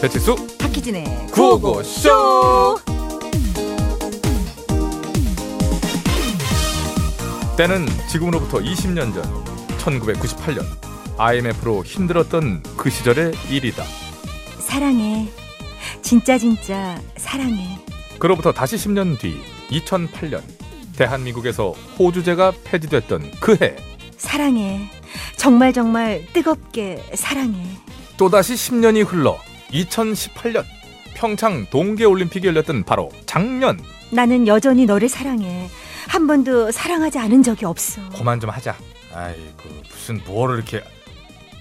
배치수 박희진의 구호고쇼 때는 지금으로부터 20년 전 1998년 IMF로 힘들었던 그 시절의 일이다 사랑해. 진짜 진짜 사랑해. 그로부터 다시 10년 뒤 2008년 대한민국에서 호주제가 폐지됐던 그해 사랑해. 정말 정말 뜨겁게 사랑해. 또다시 10년이 흘러 2018년 평창 동계올림픽이 열렸던 바로 작년 나는 여전히 너를 사랑해. 한 번도 사랑하지 않은 적이 없어. 그만 좀 하자. 아이고 무슨 뭐를 이렇게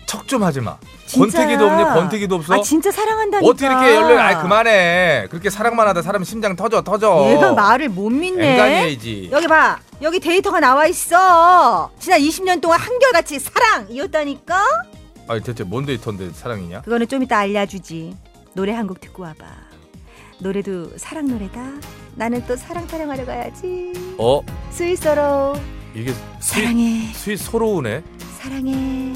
척 좀 하지 마. 진짜. 권태기도 없네 권태기도 없어. 아 진짜 사랑한다니까. 어떻게 이렇게 연락? 아 그만해. 그렇게 사랑만 하다 사람 심장 터져 터져. 얘가 말을 못 믿네. 앵간해야지. 여기 봐. 여기 데이터가 나와 있어. 지난 20년 동안 한결같이 사랑이었다니까. 아니 대체 뭔 데이터인데 사랑이냐? 그거는 좀 이따 알려주지. 노래 한 곡 듣고 와봐. 노래도 사랑 노래다. 나는 또 사랑 타령하러 가야지. 어 스위스로 이게 스윗 사랑해 스윗 서로우네. 사랑해.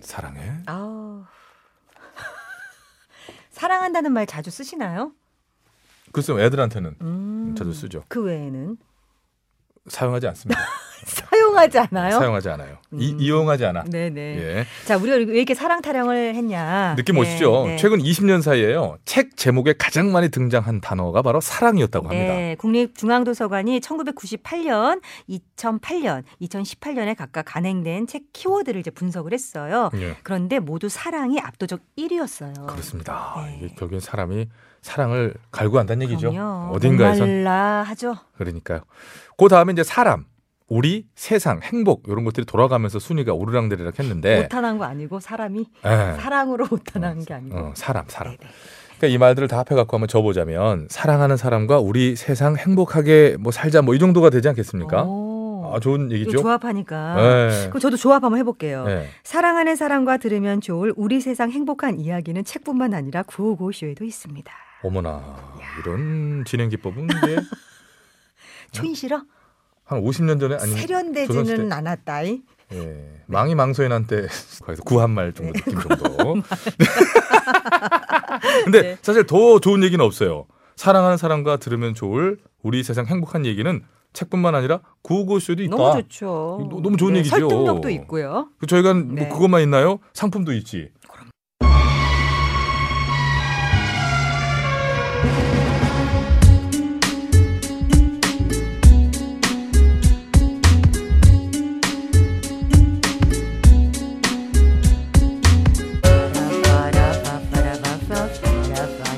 사랑해. 아우 사랑한다는 말 자주 쓰시나요? 글쎄 애들한테는 음. 자주 쓰죠. 그 외에는 사용하지 않습니다. 사용하지 않아요. 사용하지 않아요. 이, 음. 이용하지 않아. 네네. 예. 자 우리가 왜 이렇게 사랑 타령을 했냐? 느낌 네, 오시죠? 네. 최근 20년 사이에요. 책 제목에 가장 많이 등장한 단어가 바로 사랑이었다고 합니다. 네, 국립중앙도서관이 1998년, 2008년, 2018년에 각각 간행된 책 키워드를 이제 분석을 했어요. 예. 그런데 모두 사랑이 압도적 1위였어요. 그렇습니다. 네. 이게 결국엔 사람이 사랑을 갈구한다는 얘기죠. 그럼요. 어딘가에선 말라 하죠. 그러니까요. 그 다음에 이제 사람, 우리, 세상, 행복 이런 것들이 돌아가면서 순위가 오르락내리락 했는데 오탄한 거 아니고 사람이 예. 사랑으로 오탄한 게 아니고. 네. 어, 사람, 사람. 네네. 그러니까 이 말들을 다 합해 갖고 한번 줘보자면 사랑하는 사람과 우리 세상 행복하게 뭐 살자 뭐 이 정도가 되지 않겠습니까? 오, 아 좋은 이거 얘기죠. 조합하니까. 예. 그럼 저도 조합 한번 해볼게요. 예. 사랑하는 사람과 들으면 좋을 우리 세상 행복한 이야기는 책뿐만 아니라 구호고쇼에도 있습니다. 어머나 이런 진행 기법은 이제 촌실어? 한 50년 전에 네. 아니면 조선시대. 세련되지는 않았다이. 예. 망이 망소인한테 거기서 구한말 정도 느낌 정도. 근데 네. 사실 더 좋은 얘기는 없어요. 사랑하는 사람과 들으면 좋을 우리 세상 행복한 얘기는 책뿐만 아니라 구호고쇼도 있다. 너무 좋죠. 그러니까. 네, 너- 너무 좋은 얘기죠. 설득력도 있고요. 그 저희가 뭐 네. 그것만 있나요? 상품도 있지.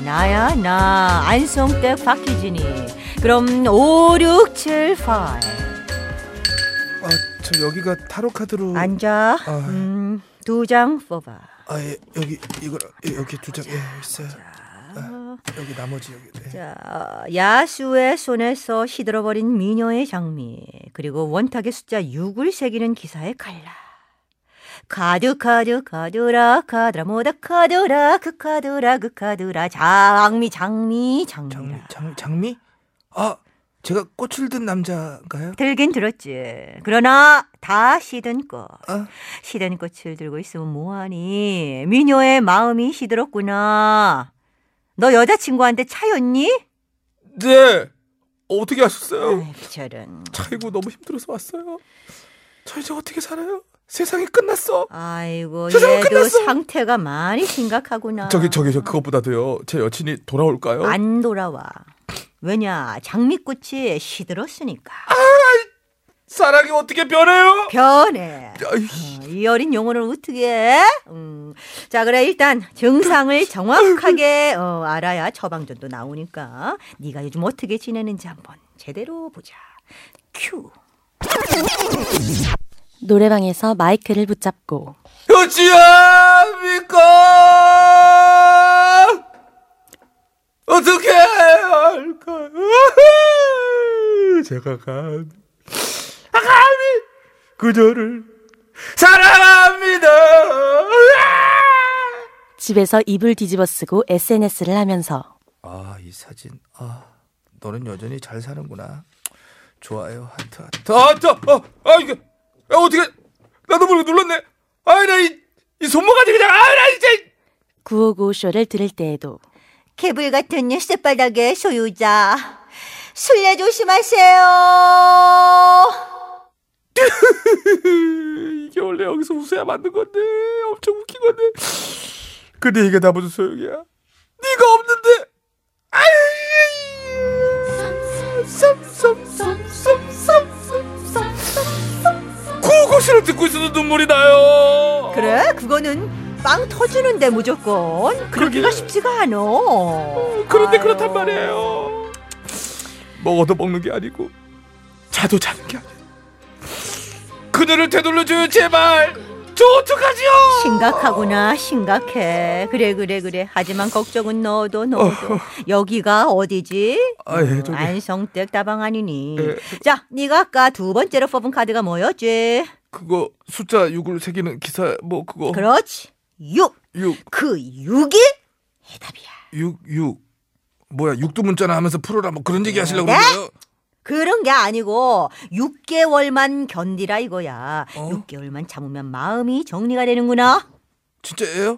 나야 나 안성댁 박희진이 그럼 5 6 7 8 아, 저 여기가 타로 카드로 앉아 아. 음, 두 장 뽑아 아, 예, 여기 이거 여기 두 장. 예, 있어요. 아, 자, 여기 나머지 여기. 자, 어, 야수의 손에서 시들어버린 미녀의 장미 그리고 원탁의 숫자 6을 새기는 기사의 칼라 카드 카드 카드라 카드라 뭐다 카드라 그 카드라 그 카드라 장미 장미 장미라 장미, 장, 장미? 아, 제가 꽃을 든 남자인가요? 들긴 들었지 그러나 다 시든 꽃 아, 시든 꽃을 들고 있으면 뭐하니 미녀의 마음이 시들었구나 너 여자친구한테 차였니? 네. 어떻게 아셨어요? 아이, 저런 차이고 너무 힘들어서 왔어요. 저 이제 어떻게 살아요? 세상이 끝났어. 아이고 세상은 얘도 끝났어. 상태가 많이 심각하구나. 저기 저기 저 그것보다도요. 제 여친이 돌아올까요? 안 돌아와. 왜냐 장미꽃이 시들었으니까. 사랑이 어떻게 변해요? 변해. 아이, 어, 이 어린 영혼을 어떻게 해? 음. 자 그래 일단 증상을 정확하게 어, 알아야 처방전도 나오니까 네가 요즘 어떻게 지내는지 한번 제대로 보자. 큐. 노래방에서 마이크를 붙잡고 효지야 미카 어떻게 할까? 제가 간 아가미 그녀를 사랑합니다. 집에서 이불 뒤집어 쓰고 SNS를 하면서 아, 이 사진. 아, 너는 여전히 잘 사는구나. 좋아요, 하트, 하트. 아, 저, 어, 아, 이게, 아, 어떻게, 나도 모르게 눌렀네. 아, 나 이, 이 손모가지 그냥 아나 진짜 955쇼를 들을 때에도 개불 같은 쇳바닥의 소유자. 술래 조심하세요. 이게 원래 여기서 웃어야 만든 건데 엄청 웃긴 건데 근데 이게 다 무슨 소용이야 네가 없는데 구호고시를 듣고 있어도 눈물이 나요 그래, 그거는 빵 터지는데 무조건. 그러기가 그러게. 쉽지가 않어. 음, 그런데 아유. 그렇단 말이에요 먹어도 먹는 게 아니고 자도 자는 게 아니에요 그녀를 되돌려줘요 제발 저 어떡하지요 심각하구나, 심각해. 그래, 그래, 그래. 하지만 걱정은 넣어도 넣어도. 여기가 어디지? 아, 예, 음, 저기. 안성댁 다방 아니니. 예, 자, 네가 아까 두 번째로 뽑은 카드가 뭐였지? 그거 숫자 6을 새기는 기사 뭐 그거 그렇지. 육. 6 그 육이 해답이야. 6 6 뭐야 육두 문자나 하면서 풀어라 뭐 그런 얘기 하시려고 네? 그러세요? 그런 게 아니고 6개월만 견디라 이거야. 어? 6개월만 참으면 마음이 정리가 되는구나. 진짜예요?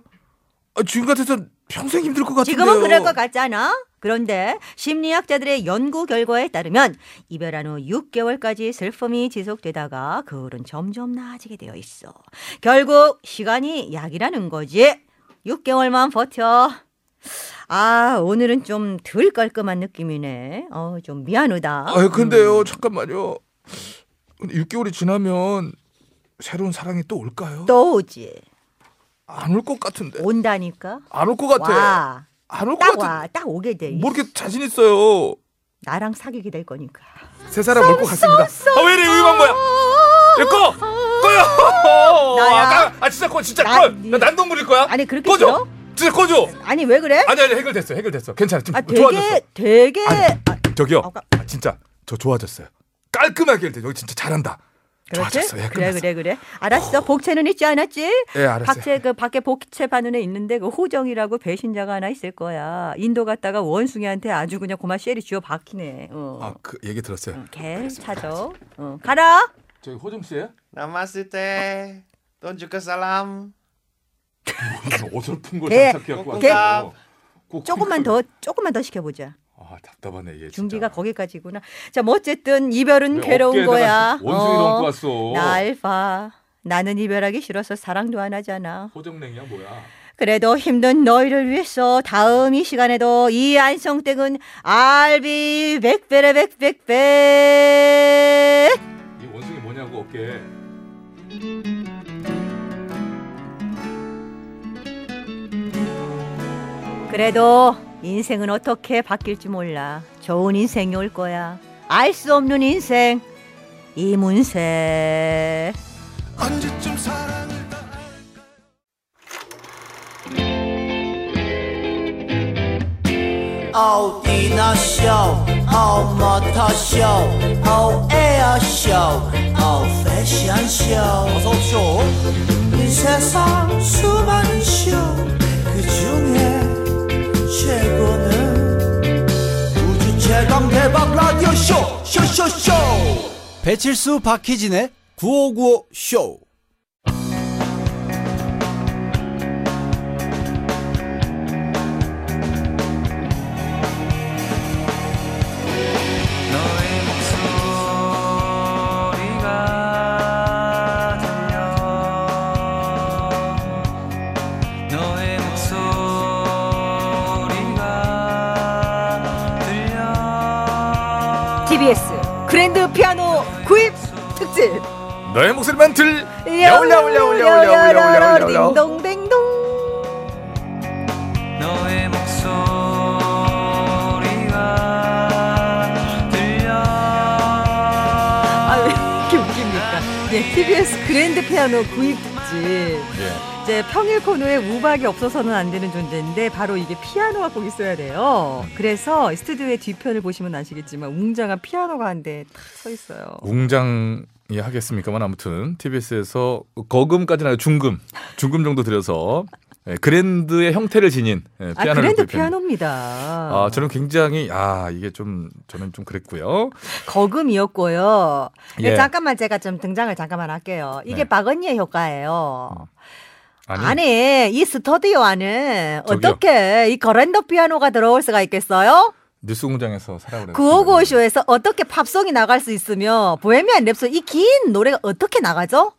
아, 지금 같아서 평생 힘들 것 같은데요. 지금은 그럴 것 같잖아. 그런데 심리학자들의 연구 결과에 따르면 이별한 후 6개월까지 슬픔이 지속되다가 그 후는 점점 나아지게 되어 있어. 결국 시간이 약이라는 거지. 6개월만 버텨. 아, 오늘은 좀 덜 깔끔한 느낌이네. 어, 좀 미안하다. 아 근데요 잠깐만요. 근데 6개월이 지나면 새로운 사랑이 또 올까요? 음. 또 오지. 안 올 것 같은데. 온다니까. 안 올 것 같아. 와. 안 올 것 딱 같아. 와. 딱 오게 돼. 뭐 이렇게 자신 있어요. 나랑 사귀게 될 거니까. 세 사람 올 것 같습니다. 아 왜 이래 의방 뭐야? 야, 꺼! 꺼요! 나야. 아, 나- 아, 진짜 꺼, 진짜 나- 꺼! 나 난동부릴 거야? 아니, 그렇게 꺼줘! 싫어? 진짜 꺼줘! 아니, 왜 그래? 아니, 아니, 해결됐어, 해결됐어. 괜찮아, 지금 아, 되게 좋아졌어. 되게 아니, 아, 저기요, 아까- 아, 진짜, 저 좋아졌어요. 깔끔하게 해결돼. 여기 진짜 잘한다. 그렇지? 좋아졌어, 예, 그래 끝났어. 그래 그래. 알았어. 복채는 있지 않았지? 예, 알았어요. 박채 그 밖에 복채 반원에 있는데 그 호정이라고 배신자가 하나 있을 거야. 인도 갔다가 원숭이한테 아주 그냥 고마 쉐리 쥐어 박히네. 어. 아, 그 얘기 들었어요. 걔 찾아. 어. 가라. 저기 호정 씨예요? Namaste. Tonjuka salam. 어설픈 걸 네. 장착해갖고 네. 왔어. 꼭 조금만 더 조금만 더 시켜보자. 아, 답답하네, 얘. 그러니까. 진짜. 준비가 거기까지구나. 자, 뭐 어쨌든 이별은 왜 괴로운 어깨에다가 거야. 원숭이 어. 넘고 왔어. 날 봐. 나는 이별하기 싫어서 사랑도 안 하잖아. 호정냉이야, 뭐야? 그래도 힘든 너희를 위해서 다음 이 시간에도 이 안성댁은 알비 백배래 백백배. 이 원숭이 뭐냐고 어깨. 그래도 인생은 어떻게 바뀔지 몰라. 좋은 인생이 올 거야. 알 수 없는 인생. 이문세. 언제쯤 사랑을 다 어디너쇼 어머터쇼 Oh, 어에어쇼 Oh, 어패션쇼 어서쇼 이 세상 수많은 쇼그 중에 최고는 우주 최강 대박 라디오 쇼 쇼쇼쇼 배칠수 박희진의 9595 쇼. TBS 그랜드 피아노 구입 특집. 너의 목소리만 들. 야올 야올 야올 야올 야올 야올 야올 야올 야올. 딩동댕동. 너의 목소리가 들려 아, 왜 이렇게 웃깁니까? 네, TBS 그랜드 피아노 구입 특집. 예. 이제 평일 코너에 우박이 없어서는 안 되는 존재인데 바로 이게 피아노가 꼭 있어야 돼요. 그래서 스튜디오의 뒤편을 보시면 아시겠지만 웅장한 피아노가 한 대 탁 서 있어요. 웅장이 하겠습니까만 아무튼 TBS에서 거금까지는 아니고 중금, 중금 정도 들여서 예, 그랜드의 형태를 지닌 예, 아, 피아노를 그랜드 구입했는데. 피아노입니다. 아, 저는 굉장히 아 이게 좀 저는 좀 그랬고요. 거금이었고요. 예. 네, 잠깐만 제가 좀 등장을 잠깐만 할게요. 네. 이게 박언니의 효과예요. 아, 아니, 아니 이 스튜디오 안에 저기요. 어떻게 이 거랜더 피아노가 들어올 수가 있겠어요? 뉴스 공장에서 사라고 그랬어요. 9595쇼에서 어떻게 팝송이 나갈 수 있으며 보헤미안 랩소 이 긴 노래가 어떻게 나가죠?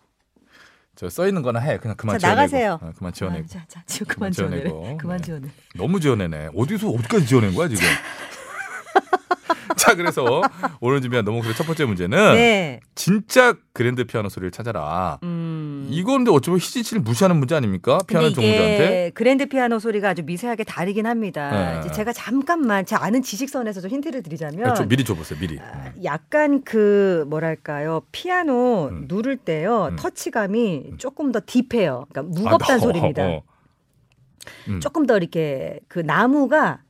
저써 있는 거나 해. 그냥 그만 자, 지어내고. 나가세요. 어, 그만 지어내고. 아, 자, 자, 지금 그만 지어내고. 지어내래. 그만 네. 지어내. 너무 지어내네. 어디서 어디까지 지어낸 거야 지금? 자 그래서 오늘 준비한 너무 그래 첫 번째 문제는 네. 진짜 그랜드 피아노 소리를 찾아라. 음. 이건데 어쩌면 희진 씨를 무시하는 문제 아닙니까? 피아노 근데 이게 종자한테. 그랜드 피아노 소리가 아주 미세하게 다르긴 합니다. 네. 이제 제가 잠깐만 제 아는 지식선에서 좀 힌트를 드리자면 좀 아, 미리 줘보세요. 미리. 아, 약간 그 뭐랄까요 피아노 음. 누를 때요 음. 터치감이 조금 더 딥해요. 그러니까 무겁다는 아, 너, 소리입니다. 어. 음. 조금 더 이렇게 그 나무가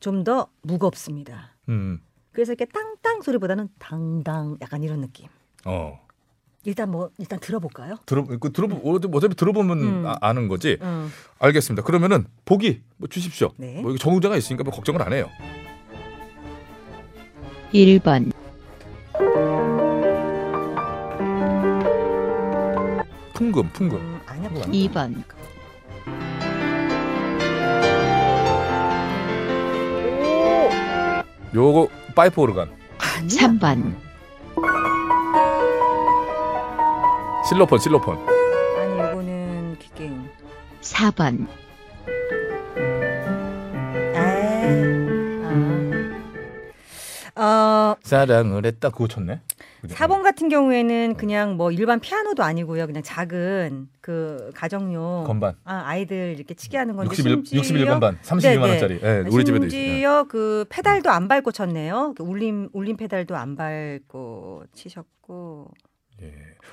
좀 더 무겁습니다. 음. 그래서 이렇게 땅땅 소리보다는 당당 약간 이런 느낌. 어. 일단 뭐 일단 들어볼까요? 들어 그 들어 어차피 들어보면 음. 아, 아는 거지. 음. 알겠습니다. 그러면은 보기 뭐 주십시오. 네. 뭐 이거 정우자가 있으니까 뭐 걱정을 안 해요. 1번, 풍금, 풍금. 음, 아니야. 이거 뭐 아니야? 2번, 요거 파이프 오르간, 아니야. 3번, 실로폰, 실로폰. 아니 이거는 기계음. 4번, 음. 에이. 아. 어, 사랑을 했다 그거 쳤네. 그죠? 4번 같은 경우에는 그냥 뭐 일반 피아노도 아니고요. 그냥 작은 그 가정용 건반. 아, 아이들 이렇게 치게 하는 건데 61 심지어 61번 반 32만 네, 네. 원짜리. 예, 우리 집에도 있어요. 심지어 그 페달도 안 밟고 쳤네요. 그 울림 울림 페달도 안 밟고 치셨고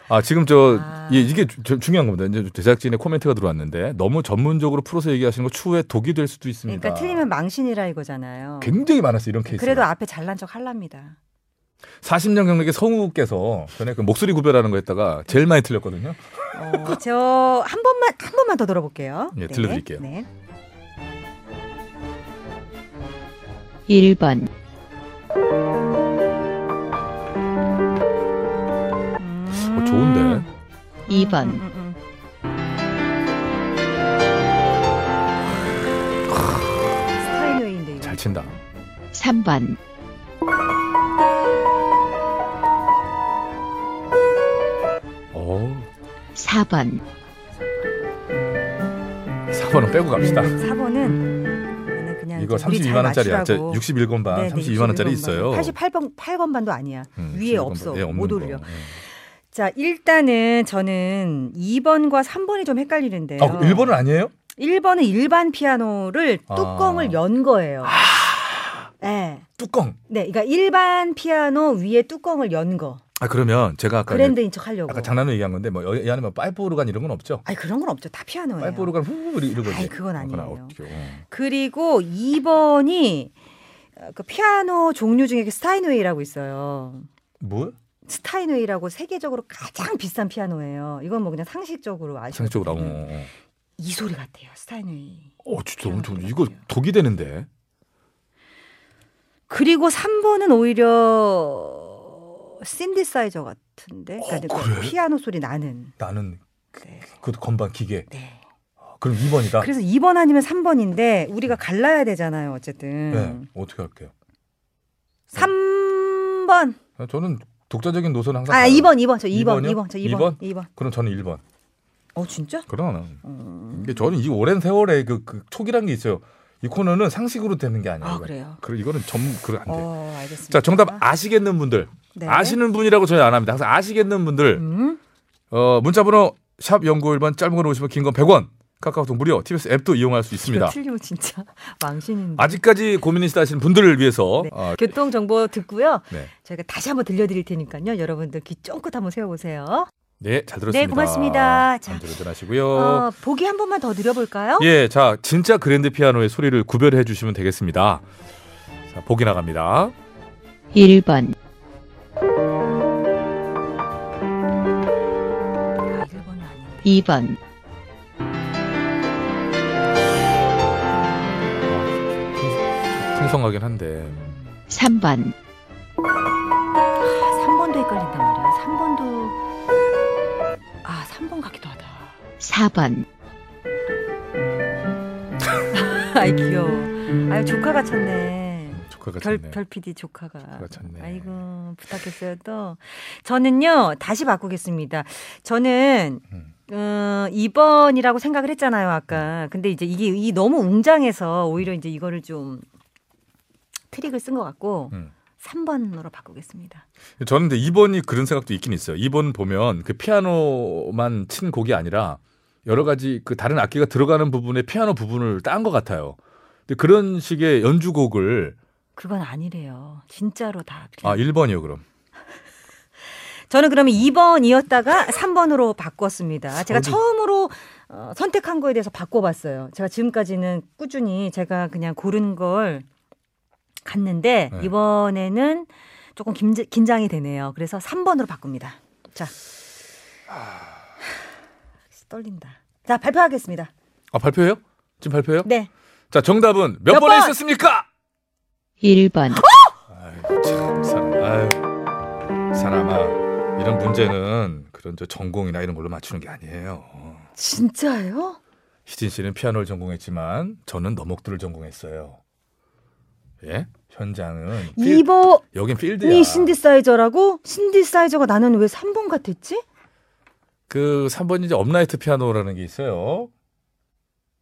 아 지금 저 아. 예, 이게 주- 주- 중요한 겁니다. 이제 제작진의 코멘트가 들어왔는데 너무 전문적으로 풀어서 얘기하시는 거 추후에 독이 될 수도 있습니다. 그러니까 틀리면 망신이라 이거잖아요. 굉장히 많았어요 이런 케이스. 그래도 아- 앞에 잘난 척 할랍니다. 40년 경력의 성우께서 전에 그 목소리 구별하는 거 했다가 제일 많이 틀렸거든요. 어, 저한 번만 한 번만 더 들어볼게요. 그 예, 들려드릴게요. 네. 1번, 어, 좋은데. 2번, 음, 음. 스타인웨이인데 이거. 잘 친다. 3번, 어, 4번, 4번은 빼고 갑시다. 4번은 나는 그냥 이거 좀 음. 우리 32만 원짜리야. 잘 맞추라고. 네, 61번 반 32만 원짜리 있어요. 88번 8번 반도 아니야. 음, 위에 61번. 없어. 예, 없는 못 거. 올려. 예. 자, 일단은 저는 2번과 3번이 좀 헷갈리는데요. 아, 1번은 아니에요? 1번은 일반 피아노를 아. 뚜껑을 연 거예요. 네. 뚜껑. 네, 그러니까 일반 피아노 위에 뚜껑을 연 거. 아 그러면 제가 아까 이제 그랜드인 척 하려고. 아까 장난으로 얘기한 건데 뭐 여- 이 안에 뭐 파이프 오르간 이런 건 없죠? 아니 그런 건 없죠. 다 피아노예요. 파이프 오르간 후 이런 거지. 아이, 그건 아니에요. 없죠. 어. 그리고 2번이 그 피아노 종류 중에 그 스타인웨이라고 있어요. 뭐? 스타인웨이라고 세계적으로 가장 비싼 피아노예요. 이건 뭐 그냥 상식적으로 아시죠? 상적으로 어. 네. 어. 이 소리 같아요. 스타인웨이. 어 진짜 엄청 이거 독이 되는데. 그리고 3번은 오히려 신디사이저 같은데. 그러니까 어, 그 그래? 피아노 소리 나는. 나는 네. 그 건반 기계. 네. 아, 그럼 2번이다. 그래서 2번 아니면 3번인데 우리가 갈라야 되잖아요. 네. 어쨌든. 어떻게 할게요? 3번. 아, 저는 독자적인 노선 항상. 아, 가요. 2번, 2번. 저 2번, 2번이요? 2번. 저 2번. 2번? 2번. 그럼 저는 1번. 어, 진짜? 그러나 음. 이게 저는 이 오랜 세월의 그, 그 촉이란 게 있어요. 이 코너는 상식으로 되는 게 아니에요. 아, 이건. 그래요. 그래 이거는 점 그래 안 돼. 요 어, 알겠습니다. 네. 자 정답 아시겠는 분들 네. 아시는 분이라고 저희 안 합니다. 항상 아시겠는 분들 음. 어, 문자번호 샵 0951번 짧은 건 50원 긴 건 100원 카카오톡 무료 TBS 앱도 이용할 수 있습니다. 이거 그 틀리면 진짜 망신인데. 아직까지 고민이시다 하시는 분들을 위해서 네. 아, 교통 정보 듣고요. 네. 저희가 다시 한번 들려드릴 테니까요. 여러분들 귀 쫑긋 한번 세워보세요. 네, 잘 들었습니다. 네, 고맙습니다. 자. 잠들 전하시고요. 어, 보기 한 번만 더 드려볼까요? 예, 자, 진짜 그랜드 피아노의 소리를 구별해 주시면 되겠습니다. 자, 보기 나갑니다. 1번, 아, 1번은 아닌데. 2번, 풍성하긴 한데. 음, 3번, 아, 3번도 헷갈린단 말이야. 3번도. 아, 3번 같기도 하다. 4번, 아이 귀여워. 아유 조카가 쳤네. 조카가 별, 찼네요. 별 PD 조카가. 조카가 찼네. 아이고, 부탁했어요, 또. 저는요, 다시 바꾸겠습니다. 저는, 음. 어, 2번이라고 생각을 했잖아요, 아까. 근데 이제 이게 이 너무 웅장해서 음. 오히려 이제 이거를 좀 트릭을 쓴 것 같고, 음. 3번으로 바꾸겠습니다. 저는 근데 2번이 그런 생각도 있긴 있어요. 2번 보면 그 피아노만 친 곡이 아니라 여러 가지 그 다른 악기가 들어가는 부분에 피아노 부분을 딴 것 같아요. 근데 그런 식의 연주곡을 그건 아니래요. 진짜로 다. 아 1번이요 그럼. 저는 그러면 2번이었다가 3번으로 바꿨습니다. 제가 처음으로 어, 선택한 거에 대해서 바꿔봤어요. 제가 지금까지는 꾸준히 제가 그냥 고른 걸 갔는데 네. 이번에는 조금 김- 긴장이 되네요. 그래서 3번으로 바꿉니다. 자. 떨린다. 자, 발표하겠습니다. 아 발표해요? 지금 발표해요? 네. 자 정답은 몇, 몇 번에 번? 있었습니까? 1번, 아유, 참 사람, 아유, 사람아 이런 문제는 그런 저 전공이나 이런 걸로 맞추는 게 아니에요. 진짜예요? 희진 씨는 피아노를 전공했지만 저는 너목들을 전공했어요. 예? 현장은 필- 2번이 여긴 네, 필드야. 신디사이저라고? 신디사이저가 나는 왜 3번 같았지? 그 3번이 이제 업라이트 피아노라는 게 있어요.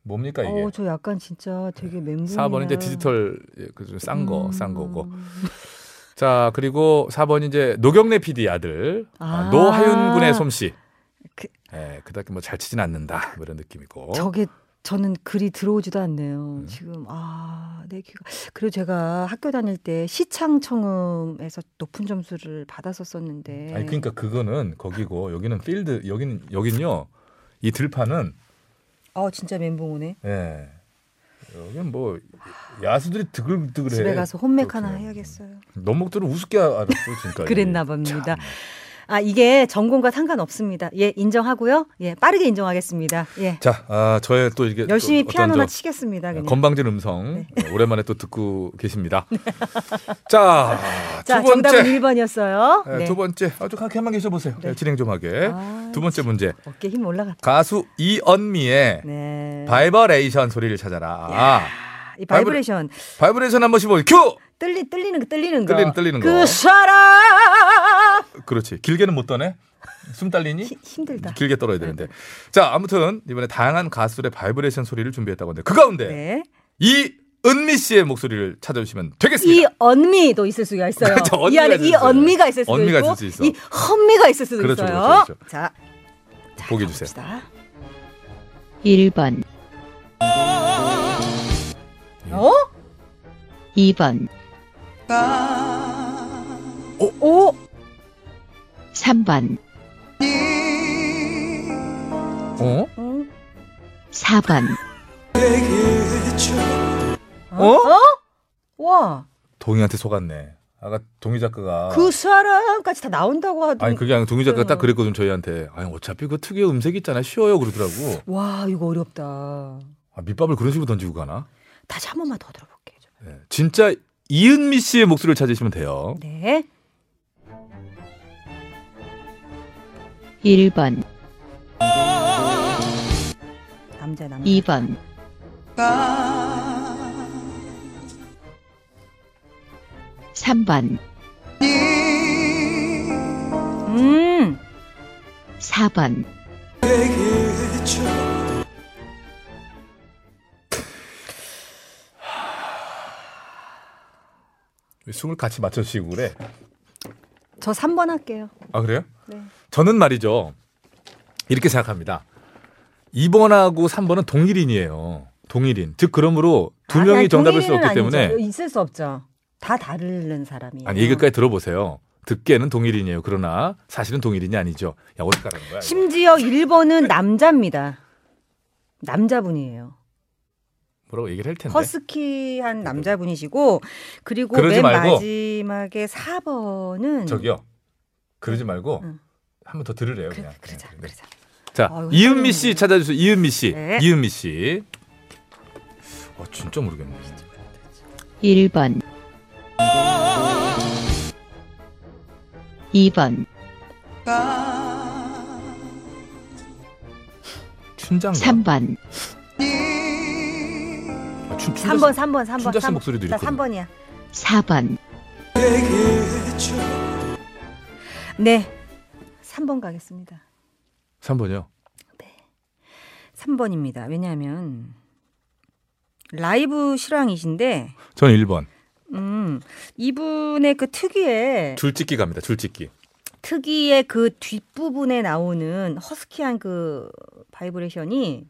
뭡니까 네, 이게? 네. 어, 저 약간 진짜 되게 멘붕. 4번이 이제 디지털 예, 그싼거싼 음. 거고. 자, 그리고 4번이 이제 노경래 PD 아들 아, 아. 노하윤 군의 솜씨. 그- 예, 그닥 뭐잘 치진 않는다. 뭐 이런 느낌이고. 저게 저는 글이 들어오지도 않네요. 음. 지금 아, 내 귀가. 그리고 제가 학교 다닐 때 시창 청음에서 높은 점수를 받았었었는데. 아니 그러니까 그거는 거기고 여기는 필드 여기는 여긴요. 이 들판은 아, 진짜 멘붕 오네. 예. 여긴 뭐 야수들이 드글드글해. 집에 가서 홈맥 하나 네. 그렇게. 해야겠어요. 너목들은 우습게 알았어 지금까지. 그랬나 봅니다. 음. 예, 참. 아, 이게 전공과 상관없습니다. 예, 인정하고요. 예, 빠르게 인정하겠습니다. 예. 자, 아, 저의 또 이게 열심히 또 어떤 피아노나 네. 저 치겠습니다. 그냥. 건방진 음성 어, 오랜만에 또 듣고 계십니다. 자, 네. 자, 두 번째. 정답은 1번이었어요. 네, 두 번째 아주 가만히만 계셔보세요. 네. 네, 진행 좀 하게. 아, 두 번째 문제 어깨 힘 올라가. 가수 이언미의 네. 바이버레이션 소리를 찾아라. 이 바이브레이션 바이브레이션 한 번씩 보여. 큐. 떨리 떨리는 거 떨리는 거. 떨리는- 떨리는 그 거. 사람 그렇지. 길게는 못 떠네. 숨 딸리니? 히- 힘들다. 길게 떨어야 되는데. 자, 아무튼 이번에 다양한 가수들의 바이브레이션 소리를 준비했다고 하는데 그 가운데 네. 이 은미 씨의 목소리를 찾아주시면 되겠습니다. 이 언미도 있을 수가 있어요. 그렇죠, 이 언미가 안에 있을 이 수 있어요. 언미가 있을 수도 언미가 있고, 있을 수 있어. 이 헌미가 있을 수도 그렇죠, 있어요. 그렇죠, 그렇죠. 자, 자, 보기 주세요. 가봅시다. 1번, 예. 어? 2번, 오, 3번, 어? 음, 4번, 어? 어? 와, 동희한테 속았네. 아까 동희 작가가 그 사람까지 다 나온다고 하던. 아. 아니 그게 아니고 동희 작가 가딱 음. 그랬거든 저희한테. 아니 어차피 그 특유의 음색 있잖아 쉬워요 그러더라고. 와, 이거 어렵다. 아, 밑밥을 그런 식으로 던지고 가나? 다시 한 번만 더 들어볼게요. 좀. 네. 진짜 이은미 씨의 목소리를 찾으시면 돼요. 네, 1번, 남자 남자. 2번, 3번, 음, 4번, 왜 숨을 같이 맞춰주시고 그래. 저 3번 할게요. 아 그래요? 네. 저는 말이죠 이렇게 생각합니다. 2번하고 3번은 동일인이에요. 동일인. 즉 그러므로 두 아니, 명이 아니, 정답일 수 동일인은 없기 아니죠. 때문에 있을 수 없죠. 다 다른 사람이에요. 아니 얘기까지 들어보세요. 듣기에는 동일인이에요. 그러나 사실은 동일인이 아니죠. 야 어디 가라는 거야? 이거. 심지어 1번은 남자입니다. 남자분이에요. 뭐라고 얘기를 할 텐데. 허스키한 남자분이시고 그리고 네. 그러지 맨 말고. 마지막에 4번은 저기요. 그러지 말고 응. 한 번 더 들으래요. 그, 그냥. 그러자 네. 그러자. 자 아유, 이은미 씨 흔들리네. 찾아주세요. 이은미 씨. 네. 이은미 씨. 아 진짜 모르겠네. 1번, 2번, 춘장. 3번, 아, 춘, 춘, 3번, 3번, 3번. 춘자씨 목소리도 나 있거든요. 3번이야. 4번, 네. 3번 가겠습니다. 3번이요. 3번입니다. 왜냐하면 라이브 실황이신데 저는 1번. 음, 이분의 그 특유의 줄짓기 갑니다. 줄짓기. 특유의 그 뒷부분에 나오는 허스키한 그 바이브레이션이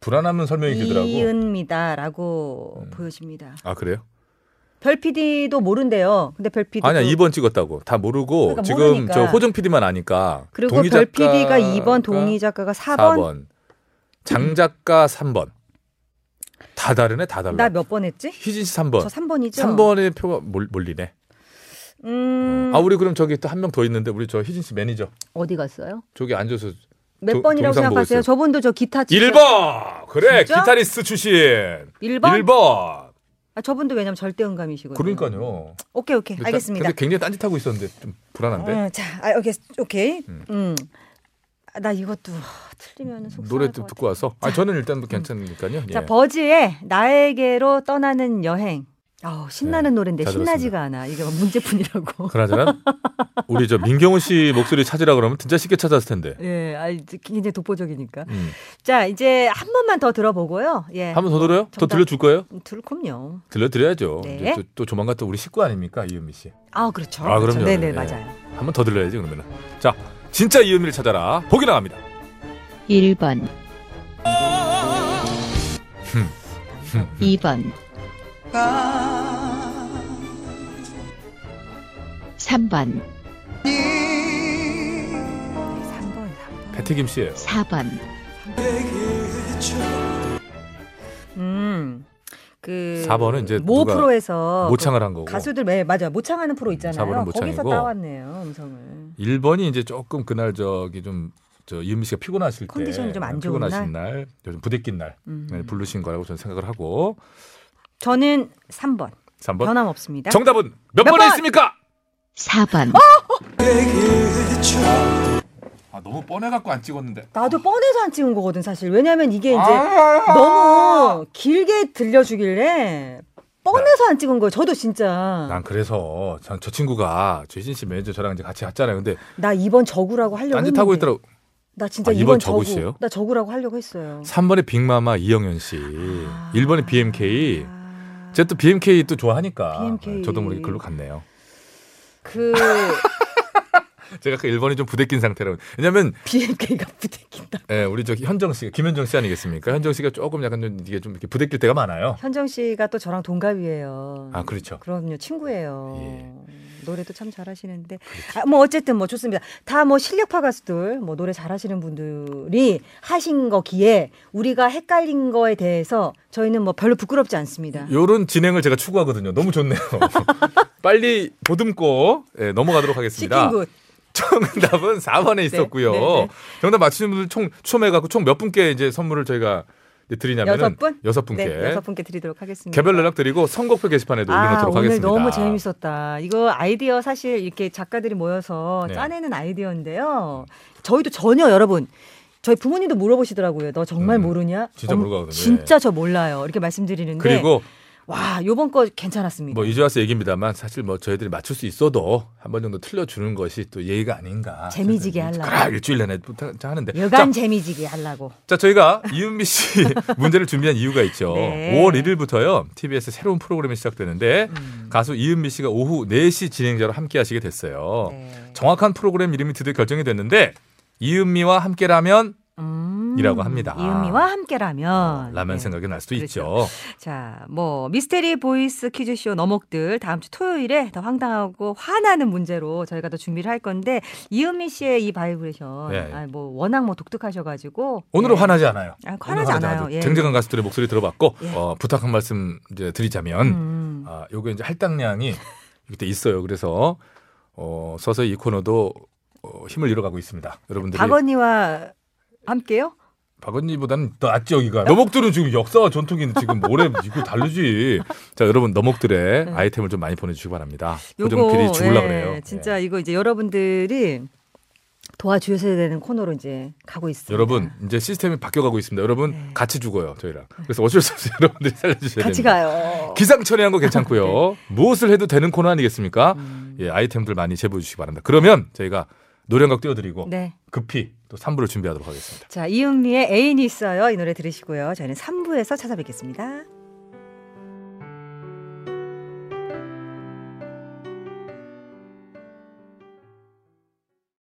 불안하면 설명이 길더라고. 이은미다라고 음. 보여집니다. 아 그래요? 별PD도 모른대요. 근데 별PD 도 아니야 2번 찍었다고 다 모르고 그러니까 지금 모르니까. 저 호정 PD만 아니까 그러니까 그리고 동희 작가가 별PD가 2번, 동희 작가가 4번. 4번, 장 작가 3번 다 다르네 다 달라. 나 몇 번 했지? 희진 씨 저 3번. 3번이죠. 3번의 표가 몰, 몰리네. 음. 아 우리 그럼 저기 또 한 명 더 있는데 우리 저 희진 씨 매니저 어디 갔어요? 저기 앉아서 몇 도- 번이라고 동상 보고 있어요. 생각하세요? 저분도 저 기타 치죠? 1번 그래 진짜? 기타리스트 출신 1번? 1번 아, 저분도 왜냐면 절대 음감이시거든요. 그러니까요. 오케이, 오케이. 근데 짜- 알겠습니다. 근데 굉장히 딴짓하고 있었는데 좀 불안한데. 어, 자, 아, 오케이. 오케이. 음. 음. 아, 나 이것도 틀리면 속상할 노래 것 듣- 같아. 듣고 와서 아 저는 일단 뭐 괜찮으니까요. 예. 자, 버즈의 나에게로 떠나는 여행. 아우, 신나는 노래인데 예, 잘 신나지가 않아. 이게 막 문제뿐이라고. 그나저나 우리 저 민경훈 씨 목소리 찾으라 그러면 진짜 쉽게 찾았을 텐데. 예, 아, 이제 굉장히 독보적이니까. 음. 자, 이제 한 번만 더 들어보고요. 예. 한번 더 들어요? 더 정답. 들려줄 거예요? 들컴요. 들려드려야죠. 네. 이제 또, 또 조만간 또 우리 식구 아닙니까 이은미 씨. 아, 그렇죠. 아, 그럼요. 네, 네, 예. 맞아요. 한 번 더 들려야지 그러면은. 자 진짜 이은미를 찾아라 보기 나갑니다. 1번, 2번, 3번, 3번, 3번. 배태김 씨예요. 4번, 음. 그 4번은 이제 모 누가 프로에서 그 모창을 한 거고. 어, 가수들 매 맞아. 모창하는 프로 있잖아요. 4번은 거기서 모창이고. 따왔네요, 음성을. 1번이 이제 조금 그날 저기 좀 저 이은미 씨가 피곤하실 때 컨디션이 좀안 좋은 피곤하신 날, 요즘 부대낀 날 음. 네, 부르신 거라고 저는 생각을 하고 저는 3번. 3번 변함없습니다. 뭐? 정답은 몇, 몇 번에 번? 있습니까? 4번, 아 너무 뻔해 갖고 안 찍었는데. 나도 뻔해서 안 찍은 거거든, 사실. 왜냐면 이게 이제 너무 길게 들려주길래 뻔해서 안 찍은 거예요. 저도 진짜. 난 그래서 전 저 친구가 최진 씨 매니저 저랑 이제 같이 갔잖아요. 근데 나 2번 적으라고 하려고 딴짓하고 했는데. 있더라고. 나 진짜 아, 이번 이번 저구. 적으세요? 나 적으라고 하려고 했어요. 3번에 빅마마 이영현 씨, 아. 1번에 BMK. 아, 제가 또 BMK 또 좋아하니까 BMK. 저도 모르게 글로 갔네요. 그 제가 그 1번이 좀 부대낀 상태라고. 왜냐면 BMK가 부대낀다. 예, 우리 저기 현정 씨가 김현정 씨 아니겠습니까? 현정 씨가 조금 약간 좀 이게 좀 이렇게 부대낄 때가 많아요. 현정 씨가 또 저랑 동갑이에요. 아 그렇죠. 그럼요, 친구예요. 예. 그렇죠. 노래도 참 잘하시는데, 아, 뭐 어쨌든 뭐 좋습니다. 다 뭐 실력파 가수들, 뭐 노래 잘하시는 분들이 하신 거기에 우리가 헷갈린 거에 대해서 저희는 뭐 별로 부끄럽지 않습니다. 요런 진행을 제가 추구하거든요. 너무 좋네요. 빨리 보듬고 예, 넘어가도록 하겠습니다. 치킨 굿. 정답은 4번에 있었고요. 네, 네, 네. 정답 맞히신 분들 총 추첨해갖고 총 몇 분께 이제 선물을 저희가 이제 드리냐면 여섯 분? 여섯 분께 네, 여섯 분께 드리도록 하겠습니다. 개별 연락 드리고 선곡표 게시판에도 아, 올려놓도록 오늘 네, 하겠습니다. 너무 재밌었다. 이거 아이디어 사실 이렇게 작가들이 모여서 네. 짜내는 아이디어인데요. 저희도 전혀 여러분 저희 부모님도 물어보시더라고요. 너 정말 음, 모르냐? 진짜 엄- 모르거든요. 네. 진짜 저 몰라요. 이렇게 말씀드리는데 그리고 와 요번 거 괜찮았습니다. 뭐 이제 와서 얘기입니다만 사실 뭐 저희들이 맞출 수 있어도 한 번 정도 틀려주는 것이 또 예의가 아닌가. 재미지게 하려고. 그래, 일주일 내내 부탁- 하는데. 여간 자, 재미지기 하려고. 자, 저희가 이은미 씨 문제를 준비한 이유가 있죠. 네. 5월 1일부터요. TBS 새로운 프로그램이 시작되는데 음. 가수 이은미 씨가 오후 4시 진행자로 함께 하시게 됐어요. 네. 정확한 프로그램 이름이 드디어 결정이 됐는데 이은미와 함께라면 음, 이라고 합니다. 이은미와 함께라면 어, 라면 네. 생각이 날 수도 그렇죠. 있죠. 자, 뭐 미스테리 보이스 퀴즈쇼 너목들 다음 주 토요일에 더 황당하고 화나는 문제로 저희가 더 준비를 할 건데 이은미 씨의 이 바이브레이션, 예. 아, 뭐 워낙 뭐 독특하셔가지고 오늘은 예. 화나지 않아요. 아, 오늘은 화나지 않아요. 않아요. 예. 쟁쟁한 가수들의 목소리 들어봤고 예. 어, 부탁 한 말씀 이제 드리자면 음. 아, 요게 이제 할당량이 이때 있어요. 그래서 어, 서서히 이 코너도 어, 힘을 잃어가고 있습니다. 여러분들이 박언니와 함께요? 박언니보다는 더 낫지 여기가. 너목들은 지금 역사와 전통이 지금 모래 이거 다르지. 자 여러분 너목들의 네. 아이템을 좀 많이 보내주시기 바랍니다. 요거, 호정 PD 죽을라 예, 그래요. 진짜 이거 이제 여러분들이 도와주셔야 되는 코너로 이제 가고 있습니다. 예. 여러분 이제 시스템이 바뀌어가고 있습니다. 여러분 예. 네. 같이 죽어요 저희랑. 그래서 어쩔 수 없이 여러분들이 살려주셔야 같이 됩니다. 가요. 어. 기상천외한 거 괜찮고요. 무엇을 해도 되는 코너 아니겠습니까? 예, 아이템들 많이 제보해 주시기 바랍니다. 그러면 저희가 노래한곡 띄워드리고 네. 급히 또 3부를 준비하도록 하겠습니다. 자, 이은미의 애인이 있어요. 이 노래 들으시고요. 저희는 3부에서 찾아뵙겠습니다.